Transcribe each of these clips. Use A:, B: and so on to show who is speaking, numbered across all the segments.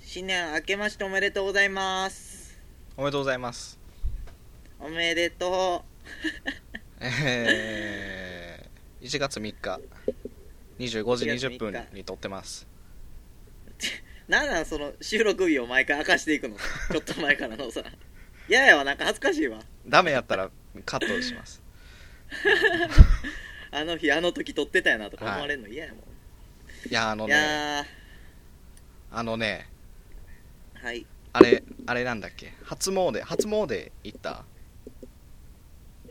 A: 新年明けましておめでとうございます。
B: おめでとうございます。
A: おめでと
B: えー、1月3日、25時20分
A: 1月3日
B: に撮ってます。
A: う。なんなんその収録日を毎回明かして いくの。ちょっと前からのさ。いやいやわ、なんか恥ずかしいわ。
B: ダメやったらカットします。
A: あの日、あの時撮ってたよなとか思われるの嫌やもん。
B: いや、あの
A: い、
B: ね、
A: や
B: あのね、
A: ー、はい。
B: あれ、あれなんだっけ、初詣、初詣行った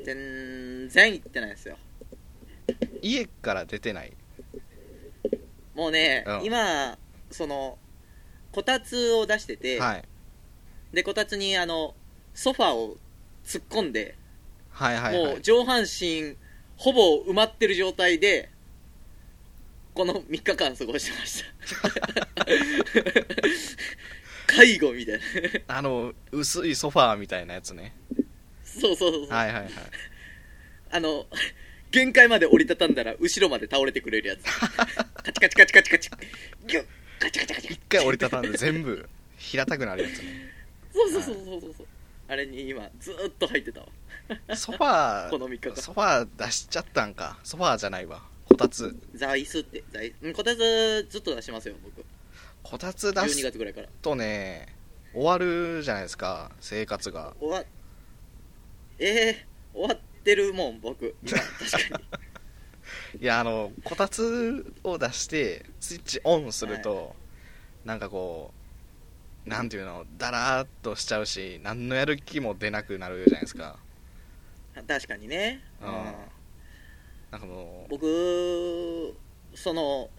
A: 全然行ってないですよ。
B: 家から出てない。
A: もうね、
B: うん
A: 今、その、こたつを出してて、
B: はい。
A: で、こたつにあの、ソファーを突っ込んで、
B: はいはいは
A: もう
B: い。
A: 上半身ほぼ埋まってる状態でこの3日間過ごしてました 介護みたいな
B: あの、薄いソファーみたいなやつね。
A: そうそうそうそう、
B: はいはいはい。
A: あの限界まで折りたたんだら後ろまで倒れてくれるやつカチカチカチカチカチギュッカチカチカチ
B: 一回折り たたんで全部平たくなるやつね。
A: そうそうそうそうそうそうあれに今ずーっと入ってたわ
B: ソフ ァ
A: この三日
B: ー、
A: 間
B: ソファー出しちゃったんか。ソファーじゃないわ。こたつ。
A: 座椅子って座椅子うんこたつずっと出してますよ僕
B: こたつ出
A: 12
B: す
A: 月ぐらいから
B: ちょっとね終わるじゃないですか生活が
A: 終わえー、終わってるもん僕今確かに
B: いやあのこたつを出してスイッチオンすると、なんかこうなんていうのだらーっとしちゃうし何のやる気も出なくなるじゃないですか
A: 確かにね、
B: うん
A: うん
B: なんかもう
A: 僕その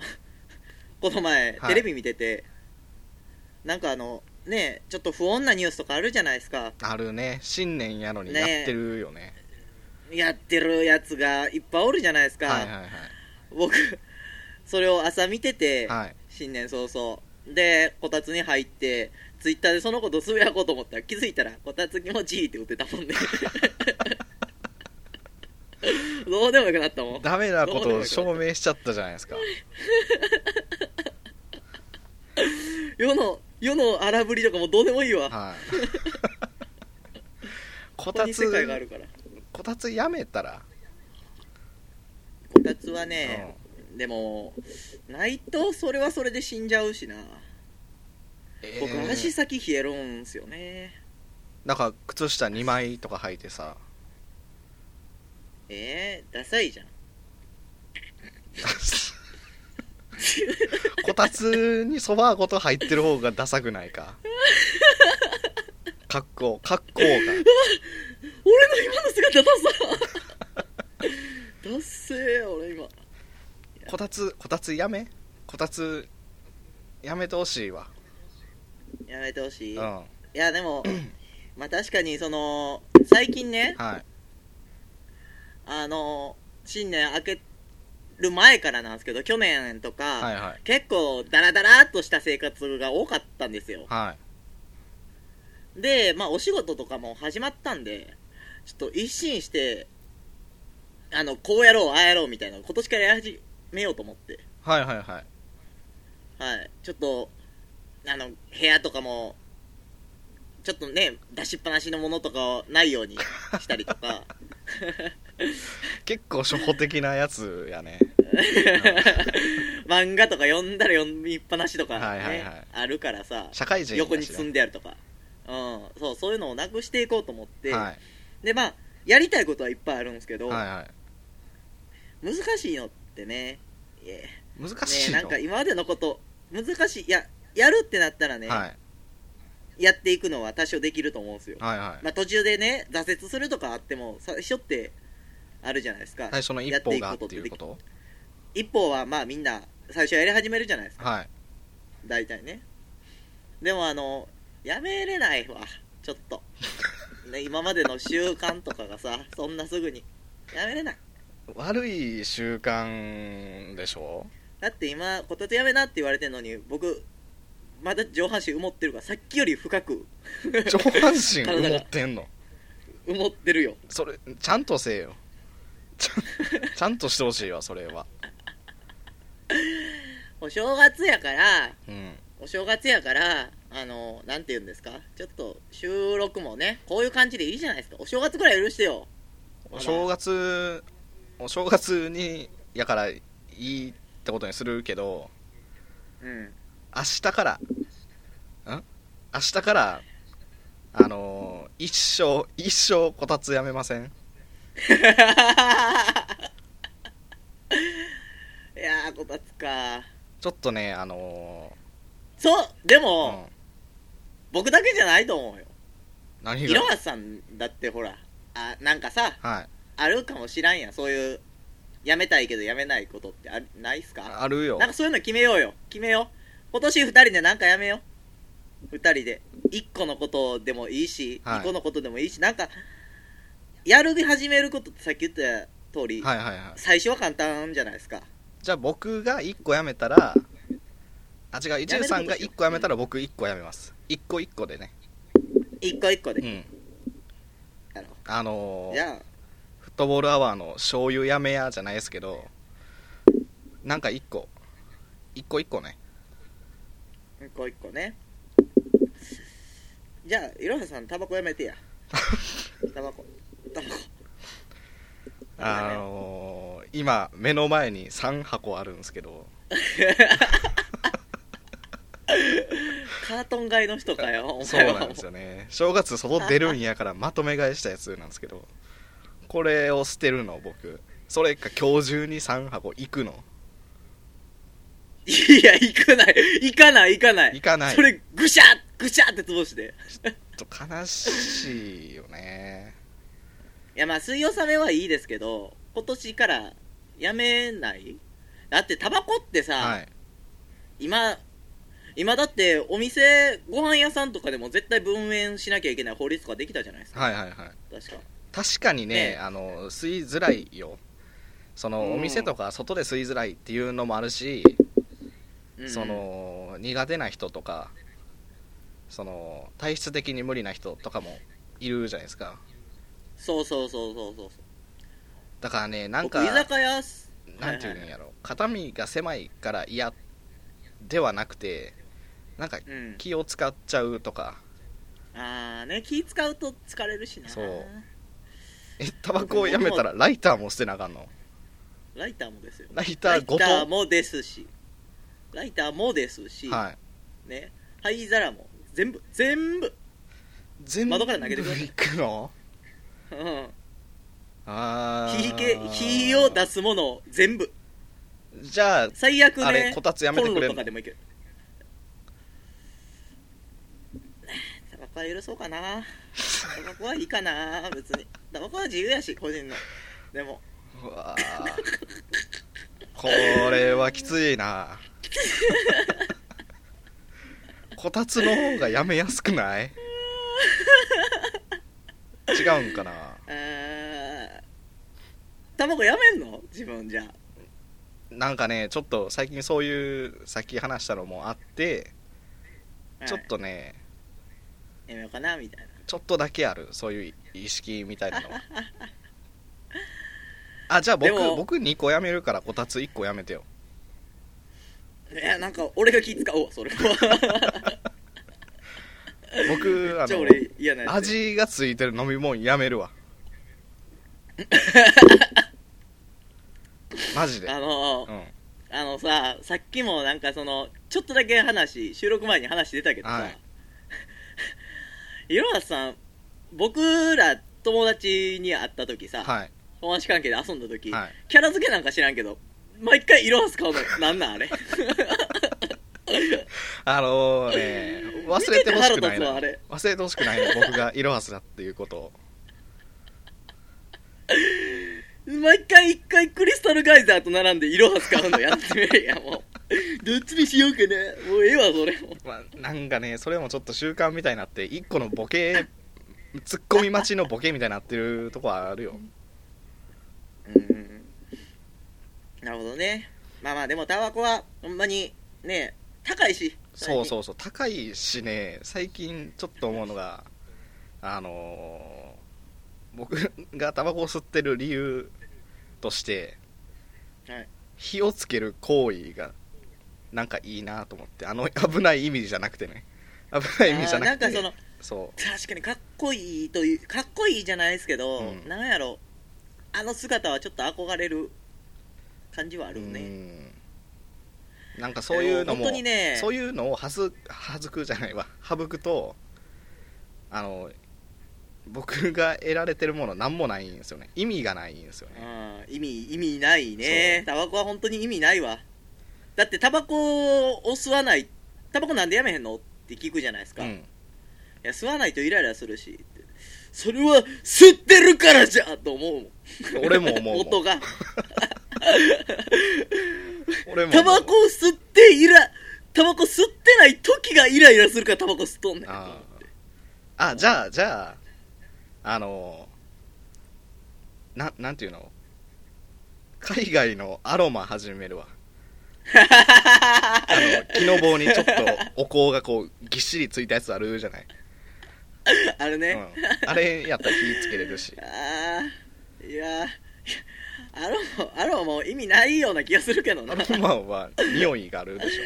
A: この前、
B: は
A: テ
B: い
A: レビ見ててなんかあのねちょっと不穏なニュースとかあるじゃないですか
B: あるね新年やのにやっ
A: ね
B: てるよね
A: やってるやつがいっぱいおるじゃないですか、
B: はいはいは
A: 僕それを朝見てて、
B: いはい
A: 新年早々でこたつに入ってツイッターでそのことつぶやこうと思ったら気づいたらこたつ気持ちいいって打ってた もんねどうでもよくなったもん
B: ダメなことを証明しちゃったじゃないですか
A: 世の世の荒ぶりとかもうどうでもいいわ
B: はいこ
A: ここ
B: た
A: に
B: つ
A: 世界があるから
B: こたつやめたら、
A: こたつはね、でもないとそれはそれで死んじゃうしな、
B: え
A: 僕足
B: ー、
A: 先冷えるんすよね
B: なんか靴下2枚とか履いてさ
A: えー、ダサいじゃん
B: こたつにソファーごと入ってる方がダサくな いか格好格好
A: 俺の今の姿ダ サダッセー俺今
B: がこたつこたつやめこたつやめてほしいわ
A: やめてほし
B: う
A: い、
B: んはい
A: やでもまあ確かにその最近ね
B: い
A: あの新年明ける前からなんですけど去年とか、
B: はいはい
A: 結構ダラダラっとした生活が多かったんですよ
B: はい
A: でまあお仕事とかも始まったんでちょっと一新してあのこうやろうああやろうみたいなの今年からやり始めようと思って
B: はいはいはい
A: はいちょっとあの部屋とかもちょっとね出しっぱなしのものとかをないようにしたりと か
B: 結構初歩的なやつやね
A: 漫画とか読んだら読みっぱなしとか、ね
B: はいはいはい
A: あるからさ
B: 社会人やしね
A: 横に積んであるとか、うん、そうそういうのをなくしていこうと思って、
B: はい
A: でまあやりたいことはいっぱいあるんですけど、
B: はいは
A: 難しいのってねいえ
B: い難しい
A: ね
B: の、
A: なんか今までのこと難しいいややるってなったらね、
B: はい
A: やっていくのは多少できると思うんですよ、
B: はいはい
A: まあ、途中でね挫折するとかあっても最初ってあるじゃないですか、
B: 最初の一歩がっていうこと
A: 一歩はまあみんな最初やり始めるじゃないですか
B: はい
A: 大体ねでもあのやめれないわちょっと、ね、今までの習慣とかがさそんなすぐにやめれない
B: 悪い習慣でしょ
A: だって今こたつやめなって言われてんのに僕まだ上半身埋もってるからさっきより深く
B: 上半身埋もってんの
A: 埋もってるよ
B: それちゃんとせえよちゃん ちゃんとしてほしいわそれは
A: お正月やから
B: うん
A: お正月やからああの、なんて言うんですかちょっと、収録もね、こういう感じでいいじゃないですか。お正月ぐらい許してよ。
B: お正月お正月にやからいいってことにするけど
A: うん。
B: 明日からん明日からあのー一生一生こたつやめません
A: いやー、こたつか。
B: ちょっとねあの
A: そう、で
B: ー
A: も、
B: うん、
A: 僕だけじゃないと思うよ。
B: 何
A: い
B: が
A: ろはさんだってほら、あ、なんかさ、
B: はい
A: あるかもしらんやん。そういう、やめたいけどやめないことってあるないっすか
B: あるよ
A: なんかそういうの決めようよ。決めよう。今年二人でなんかやめよう。二人で。一個のことでもいいし、
B: はい
A: 二個のことでもいいし、なんか、やる始めることってさっき言った通り、
B: はいはいはい
A: 最初は簡単じゃないですか。
B: じゃあ僕が1個やめたらあ違う一流さんが1個やめたら僕1個やめます1個1個でね
A: 一個一個
B: う
A: で。
B: ん
A: やろ
B: あの
A: う
B: ー
A: じゃあ、
B: フットボールアワーの醤油やめやじゃないですけどなんか1個1個1個ね
A: 一個一個ね。じゃあ、いろはさん、タバコやめ てや。タバコ。タバコ。
B: あのー今目の前に3箱あるんですけど
A: カートン買いの人かよ、お
B: そう
A: 前は
B: なんですよね正月外出るんやからまとめ買いしたやつなんですけどこれを捨てるの僕それか今日中に3箱行くの
A: いや、行かない。行かない、行かない。
B: 行かない
A: それ、ぐしゃっぐしゃって潰して。
B: ちょっと悲しいよね
A: いや、まあ、水曜めはいいですけど、今年からやめないだって、タバコってさ、
B: はい
A: 今、今だって、お店、ご飯屋さんとかでも絶対分煙しなきゃいけない法律とかできたじゃないですか。
B: はいはいはい
A: 確か。
B: 確かにね
A: ね
B: あの吸いづらいよその、
A: うん
B: お店とか外で吸いづらいっていうのもあるし、
A: うん
B: そ、の苦手な人とかその体質的に無理な人とかもいるじゃないですか
A: そうそうそうそうそう。
B: だからねな
A: なんんか、
B: か
A: 居酒屋す、
B: なんていうんやろ、肩身が狭いから嫌ではなくてなんか
A: うん。
B: 気を使っちゃうとか
A: あーね、気使うと疲れるしな。
B: そうえタバコをやめたらライターも捨てなあかんの
A: ライターもですよ。
B: ライタ
A: ラ
B: ー
A: イ
B: ご
A: タ
B: と
A: ーもですし、ライターもですし、
B: はい
A: ね、灰皿も、全部、全部、
B: 全部
A: 窓から投げてください
B: 行くの
A: うん、
B: あー
A: 火け火を出すもの、全部、
B: じゃあ
A: 最悪ね、
B: あれこたつやめてく
A: コン
B: れ
A: ロと
B: んの
A: かでもいける。タバコは許そうかな、タバコはいいかな、別に、タバコは自由やし、個人の、でも、
B: うわーこれはきついなこたつの方がやめやすくない違うんかな
A: あータバコやめんの自分じゃ。
B: なんかねちょっと最近そういうさっき話したのもあって、
A: はい
B: ちょっとね
A: やめようかな、みたいな。
B: ちょっとだけあるそういう意識みたいなのはあじゃあ僕
A: でも
B: 僕2個やめるからこたつ1個やめてよ
A: いや、なんか、俺が気使おう、そ れは。
B: 僕あ
A: じゃあ
B: の
A: 俺、嫌なやつ。
B: 味がついてる飲み物やめ るわマジで
A: あの
B: う
A: ー
B: ん
A: あのさ、さっきもなんかその、ちょっとだけ話、収録前に話出たけどさ、、
B: はい
A: ろはさん、僕ら友達に会った時さ、
B: はい
A: 友達関係で遊んだ時、
B: はい
A: キャラ付けなんか知らんけど、毎回いろはす顔の、なんなんあれ。
B: あのね忘れてほしく
A: 見てて
B: ない
A: 腹立つ
B: の
A: わあれ
B: 忘れてほしくないの僕がイロハスだっていうことを
A: 毎回一回クリスタルガイザーと並んでいろはす顔のやってみれや、もう。 どっちにしようかな。もうええわ、それも。
B: まあ、なんかねそれもちょっと習慣みたいになって一個のボケツッコミ待ちのボケみたいになってるとこはあるよ
A: うんなるほどねまあまあでもタバコはほんまにね高いし
B: そう
A: う
B: そうそう高いしね最近ちょっと思うのがあのー僕がタバコを吸ってる理由として、
A: はい
B: 火をつける行為がなんかいいなと思ってあの危ない意味じゃなくてね危ない意味じゃなくて
A: あーんかその
B: そ
A: 確かにかっこいいというかっこいいじゃないですけど、
B: うん
A: なんやろあの姿はちょっと憧れる感じはあ
B: う
A: るね、
B: うんなんかそういうの
A: でも本
B: も
A: 当にね
B: そういうのをはずはずくじゃないわ省くとあの僕が得られてるものなんもないんですよね意味がないんですよね
A: うん意味意味ないねタバコは本当に意味ないわだってタバコを吸わないタバコなんでやめへんのって聞くじゃないです
B: う
A: か、い
B: ん
A: や吸わないとイライラするしそれは吸ってるからじゃと思うもん
B: 俺も 思うもん
A: 元が
B: 俺も
A: タバコを吸ってイラタバコ吸ってない時がイライラするからタバコ吸っとんねん
B: ああじゃあじゃああのななんていうの海外のアロマ始めるわあの木の棒にちょっとお香がこうぎっしりついたやつあるじゃない、
A: あれ
B: う
A: ね、
B: ん、あれやったら火つけれるし
A: ああいやーアロマアロマも意味ないような気がするけど な
B: アロマは匂いがあるでしょ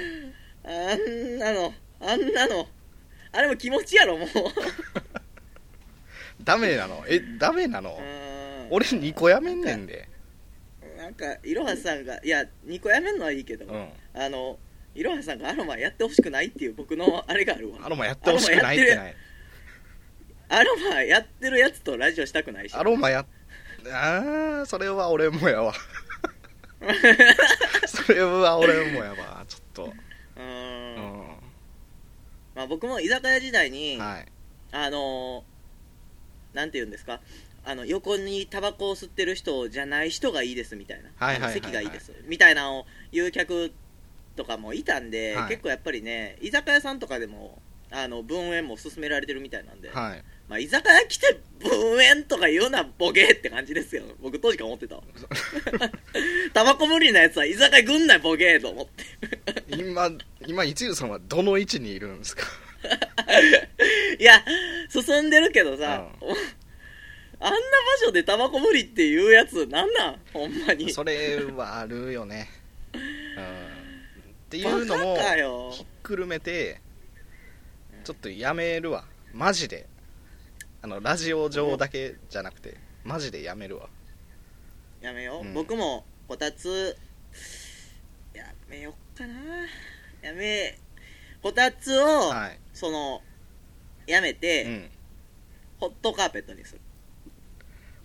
A: あんなのあんなのあれも気持ちやろもう
B: ダメなのえダメなの
A: うん
B: 俺2個やめんねんで
A: なんかいろはさんがいや2個やめんのはいいけど、
B: うん
A: あのいろはさんがアロマやってほしくないっていう僕のあれがあるわ
B: アロマやってほしくないってない
A: アロマやってるやつとラジオしたくないし
B: アロマやああそれは俺もやわ それは俺もやわちょっと
A: う
B: うんん、
A: まあ、僕も居酒屋時代に、
B: はい
A: あのーなんて言うんですかあの横にタバコを吸ってる人じゃない人がいいですみたいな、
B: はいはいはいはい
A: あの席がいいですみたいなのを言う客とかもいたんで、
B: はい
A: 結構やっぱりね居酒屋さんとかでもあの分煙も勧められてるみたいなんで、
B: はい
A: まあ、居酒屋来て分煙とか言うなボケって感じですよ僕当時から思ってた わタバコ無理なやつは居酒屋来んなよボケと思って
B: 今今一流さんはどの位置にいるんですか
A: いや、進んでるけどさ、 あんな場所でタバコ無理っていうやつ、なんなんほんまに。
B: それはあるよね、うん、っていうのも
A: バカかよ
B: ひっくるめてちょっとやめるわマジであのラジオ上だけじゃなくてマジでやめるわ
A: やめよう、
B: うん
A: 僕も、こたつ、やめよっかな。やめ、こたつを、
B: はい、
A: その、やめて、
B: うん、
A: ホットカーペットにする。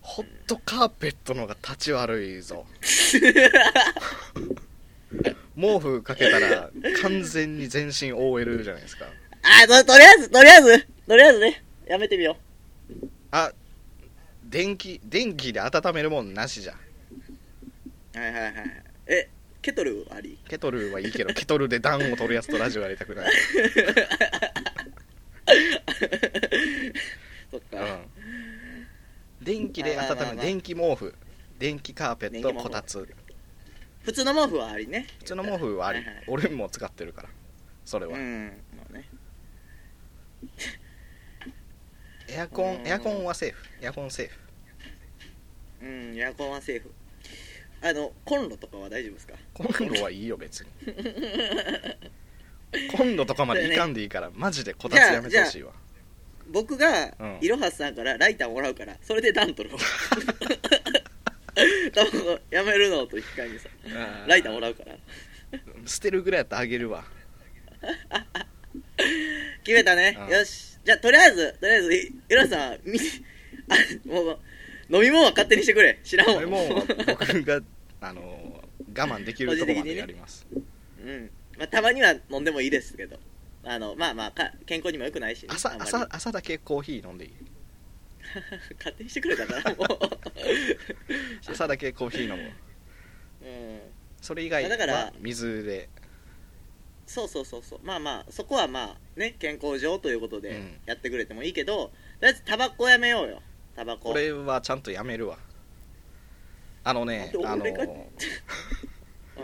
B: ホットカーペットの方が立ち悪いぞ 毛布かけたら完全に全身 OL じゃないですか
A: あ、と、とりあえず、とりあえず、とりあえずね、やめてみよ
B: あ電気電気で温めるもんなしじゃ
A: う。はいはいはい。え、ケトルあり
B: ケトルはいいけどケトルで暖を取るやつとラジオやりたくない、
A: そっか。
B: うん、電気で
A: まあまあまあ
B: 温め
A: まあ
B: 電気毛布電気カーペット
A: 電気毛布
B: こたつ
A: 普通の毛布はありね。
B: 普通の毛布はあり
A: はいはい
B: 俺も使ってるからそれは、
A: うん、まあね。
B: エアコ
A: う
B: ン
A: ん
B: エアコンはセーフエアコンセーフ
A: うん、エアコンはセーフ。あの、コンロとかは大丈夫ですか
B: コンロはいいよ別 にコンロとかまでいかんでいいから、マジでこたつやめてほしいわ
A: 僕が
B: うん、
A: いろはさんからライターもらうから、それで暖 取ろう。タバコやめるのと引き換えにさ、ライターもらうから。
B: 捨てるぐらいやったらあげるわ
A: 決めたね
B: うん。
A: よし。じゃあ、とりあえず、とりあえず、いいろはさん、み、あ、もう、飲み物は勝手にしてくれ。知らん
B: こ
A: わ。
B: れも僕が あの我慢できるとこまでやります、
A: うん。まあ、たまには飲んでもいいですけど。あの、まあまあ、か健康にも良くないしね、
B: 朝
A: あんまり
B: 朝朝だけコーヒー飲んでいい
A: 勝手にしてくれたから、もう。
B: 朝だけコーヒー飲む
A: うん。
B: それ以外
A: いやだから
B: は水で
A: そうそうそうそうまあまあそこはまあね健康上ということ
B: う
A: で
B: ん
A: やってくれてもいいけど、とりあえずタバコやめようよタバコ
B: これはちゃんとやめるわあのねあ
A: なん
B: の
A: で俺がは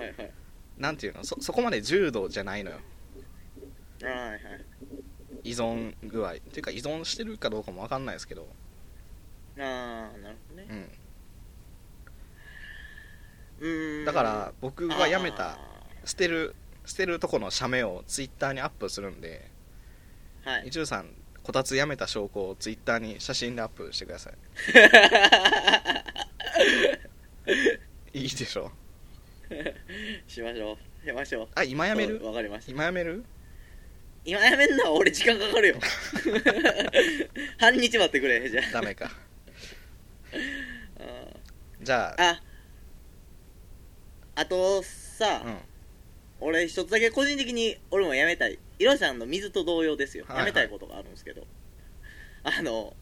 A: いはい
B: なんていうのそそこまで重度じゃないのよ
A: はいはい
B: 依存具合っていうか依存してるかどうかも分かんないですけど
A: ああなるほどね
B: うん
A: うーん
B: だから僕がやめた
A: あ
B: 捨てる捨てるとこの写メをツイッターにアップするんで
A: はい
B: 伊集さんこたつやめた証拠をツイッターに写真でアップしてください いいでしょ
A: しましょうやましょう
B: あ今やめる
A: そうわかりました
B: 今やめる
A: 今やめんのは俺時間かか るよ半日待ってくれじゃ
B: ダメか
A: あうん
B: じゃあ
A: ああとさ、
B: うん
A: 俺一つだけ個人的に俺もやめたいいろちゃんの水と同様ですよ、
B: はいはい
A: やめたいことがあるんですけどあの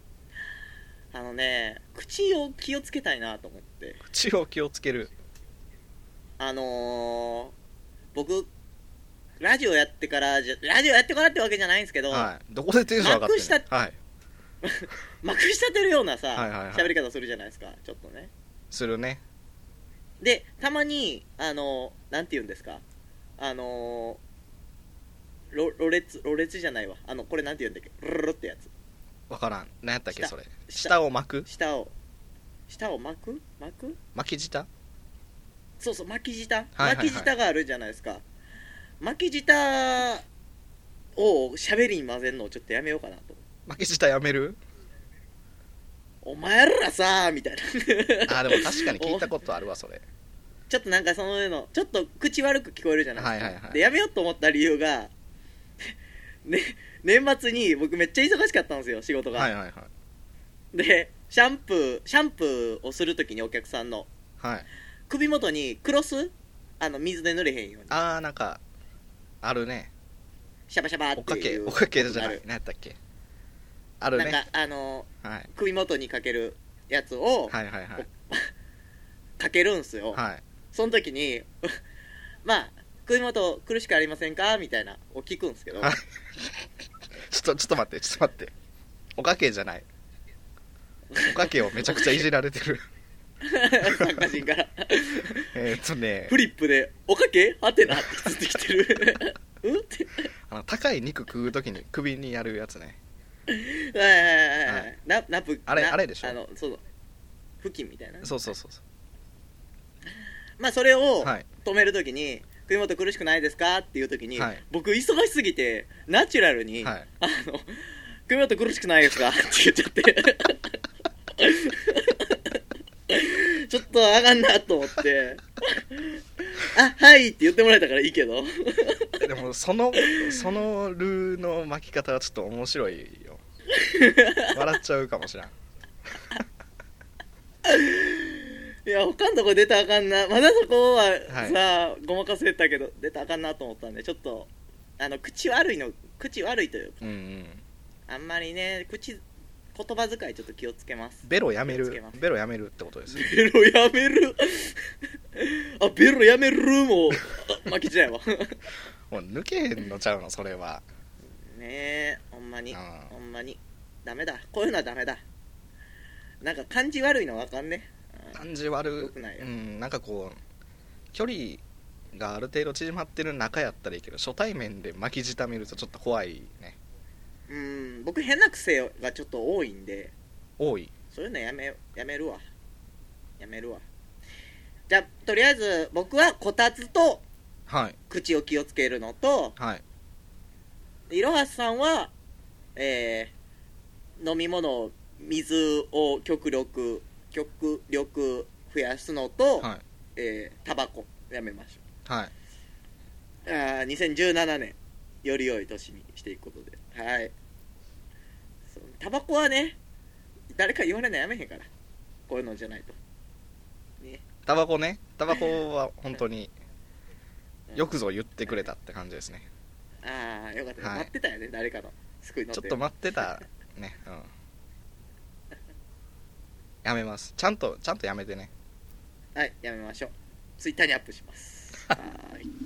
A: あのね口を気をつけたいなと思って
B: 口を気をつける
A: あのー、僕ラジオやってからじゃラジオやってからってわけじゃないんですけど、
B: はいどこでテンション上がってん
A: なくし
B: のはい
A: まくし立てるようなさ
B: はいはいはい
A: 喋り方するじゃないですかちょっとね
B: するね
A: でたまにあのなんて言うんですかあのろろれつろれつじゃないわあのこれなんて言うんだっけロロロってやつ
B: わからん何やったっけ
A: 下
B: それ
A: 下
B: 舌を巻く
A: 舌を舌を巻く巻く
B: 巻き舌
A: そうそう巻き舌
B: いはいはい
A: 巻き舌があるじゃないですか、巻き舌を喋りに混ぜるのをちょっとやめようかなと
B: 巻き舌やめる
A: お前らさみたいな
B: あでも確かに聞いたことあるわそれ
A: ちょっとなんかそののちょっと口悪く聞こえるじゃないですか、
B: はいはいはい
A: でやめようと思った理由が、 ね、年末に僕めっちゃ忙しかったんですよ仕事が、
B: はいはいはい
A: でシャンプーシャンプーをするときにお客さんの
B: はい
A: 首元にクロスあの水で濡れへんように
B: あーなんかあるね
A: シャバシャバ
B: お
A: っ
B: か
A: てい
B: け
A: う
B: おかけじゃな
A: あ
B: い
A: る
B: 何やったっけある
A: なん
B: ね
A: かあの
B: はい
A: 首元にかけるやつを
B: はいはいはい
A: かけるんすよ、
B: はい
A: その時に まあ首元苦しくありませんかみたいなを聞くんですけど
B: はいちょっとちょっと待ってちょっと待っておかけじゃないおかけをめちゃくちゃいじられて る
A: 作家人から
B: えーっとね
A: フリップで「おかけはてな」ってつってきて るうんって
B: あの高い肉食うときに首にやるやつね
A: はいはいはいはい、
B: は
A: はい、なナプ
B: あれ
A: な
B: あれでしょ
A: あのそう布巾みたいな
B: そうそうそうそ
A: まあそれを
B: うはい
A: 止めるときに、首元苦しくないですかっていうときに、
B: はい
A: 僕忙しすぎてナチュラルに、
B: はい
A: あの、首元苦しくないですかって言っちゃって。 ちょっとあかんなと思って。あ、はいって言ってもらえたからいいけど。
B: でもそのそのルーの巻き方はちょっと面白いよ笑っちゃうかもしらん
A: いや、他のとこ出たらあかんな。まだそこは
B: はい
A: さ、ごまかせたけど、出たらあかんなと思ったんで、ちょっと、あの、口悪いの、口悪いというか、
B: うんうん
A: あんまりね、口、言葉遣いちょっと気をつけます。
B: ベロやめ
A: 気をつけ
B: る
A: ます
B: ベロやめるってことですよ
A: ベロやめる。あ、ベロやめるも、あ負けちゃうわ。
B: もう抜けへんのちゃうのそれは
A: ねえほんまに
B: うん
A: ほんまにダメだこういうのはダメだなんか感じ悪いのわかんね
B: 感じ悪
A: よくないよ
B: うんなんかこう距離がある程度縮まってる中やったらいいけど初対面で巻き舌見るとちょっと怖いね
A: うん僕変な癖がちょっと多いんで
B: 多い
A: そういうのやめやめるわやめるわじゃあとりあえず僕はこたつと
B: はい
A: 口を気をつけるのと
B: はい
A: いろはさんはえー飲み物を水を極力極力増やすのと、
B: はい
A: えータバコやめましょう
B: はい
A: あー2017年より良い年にしていくことではいそうタバコはね誰か言われるのやめへんからこういうのじゃないと
B: タバコねタバコは本当によくぞ言ってくれたって感じですね
A: ああよかった、
B: はい
A: 待ってたよね誰かの救いの
B: ち
A: 手
B: ょっと待ってたねうんやめますちゃんとちゃんとやめてね
A: はいやめましょうツイッターにアップしますはーい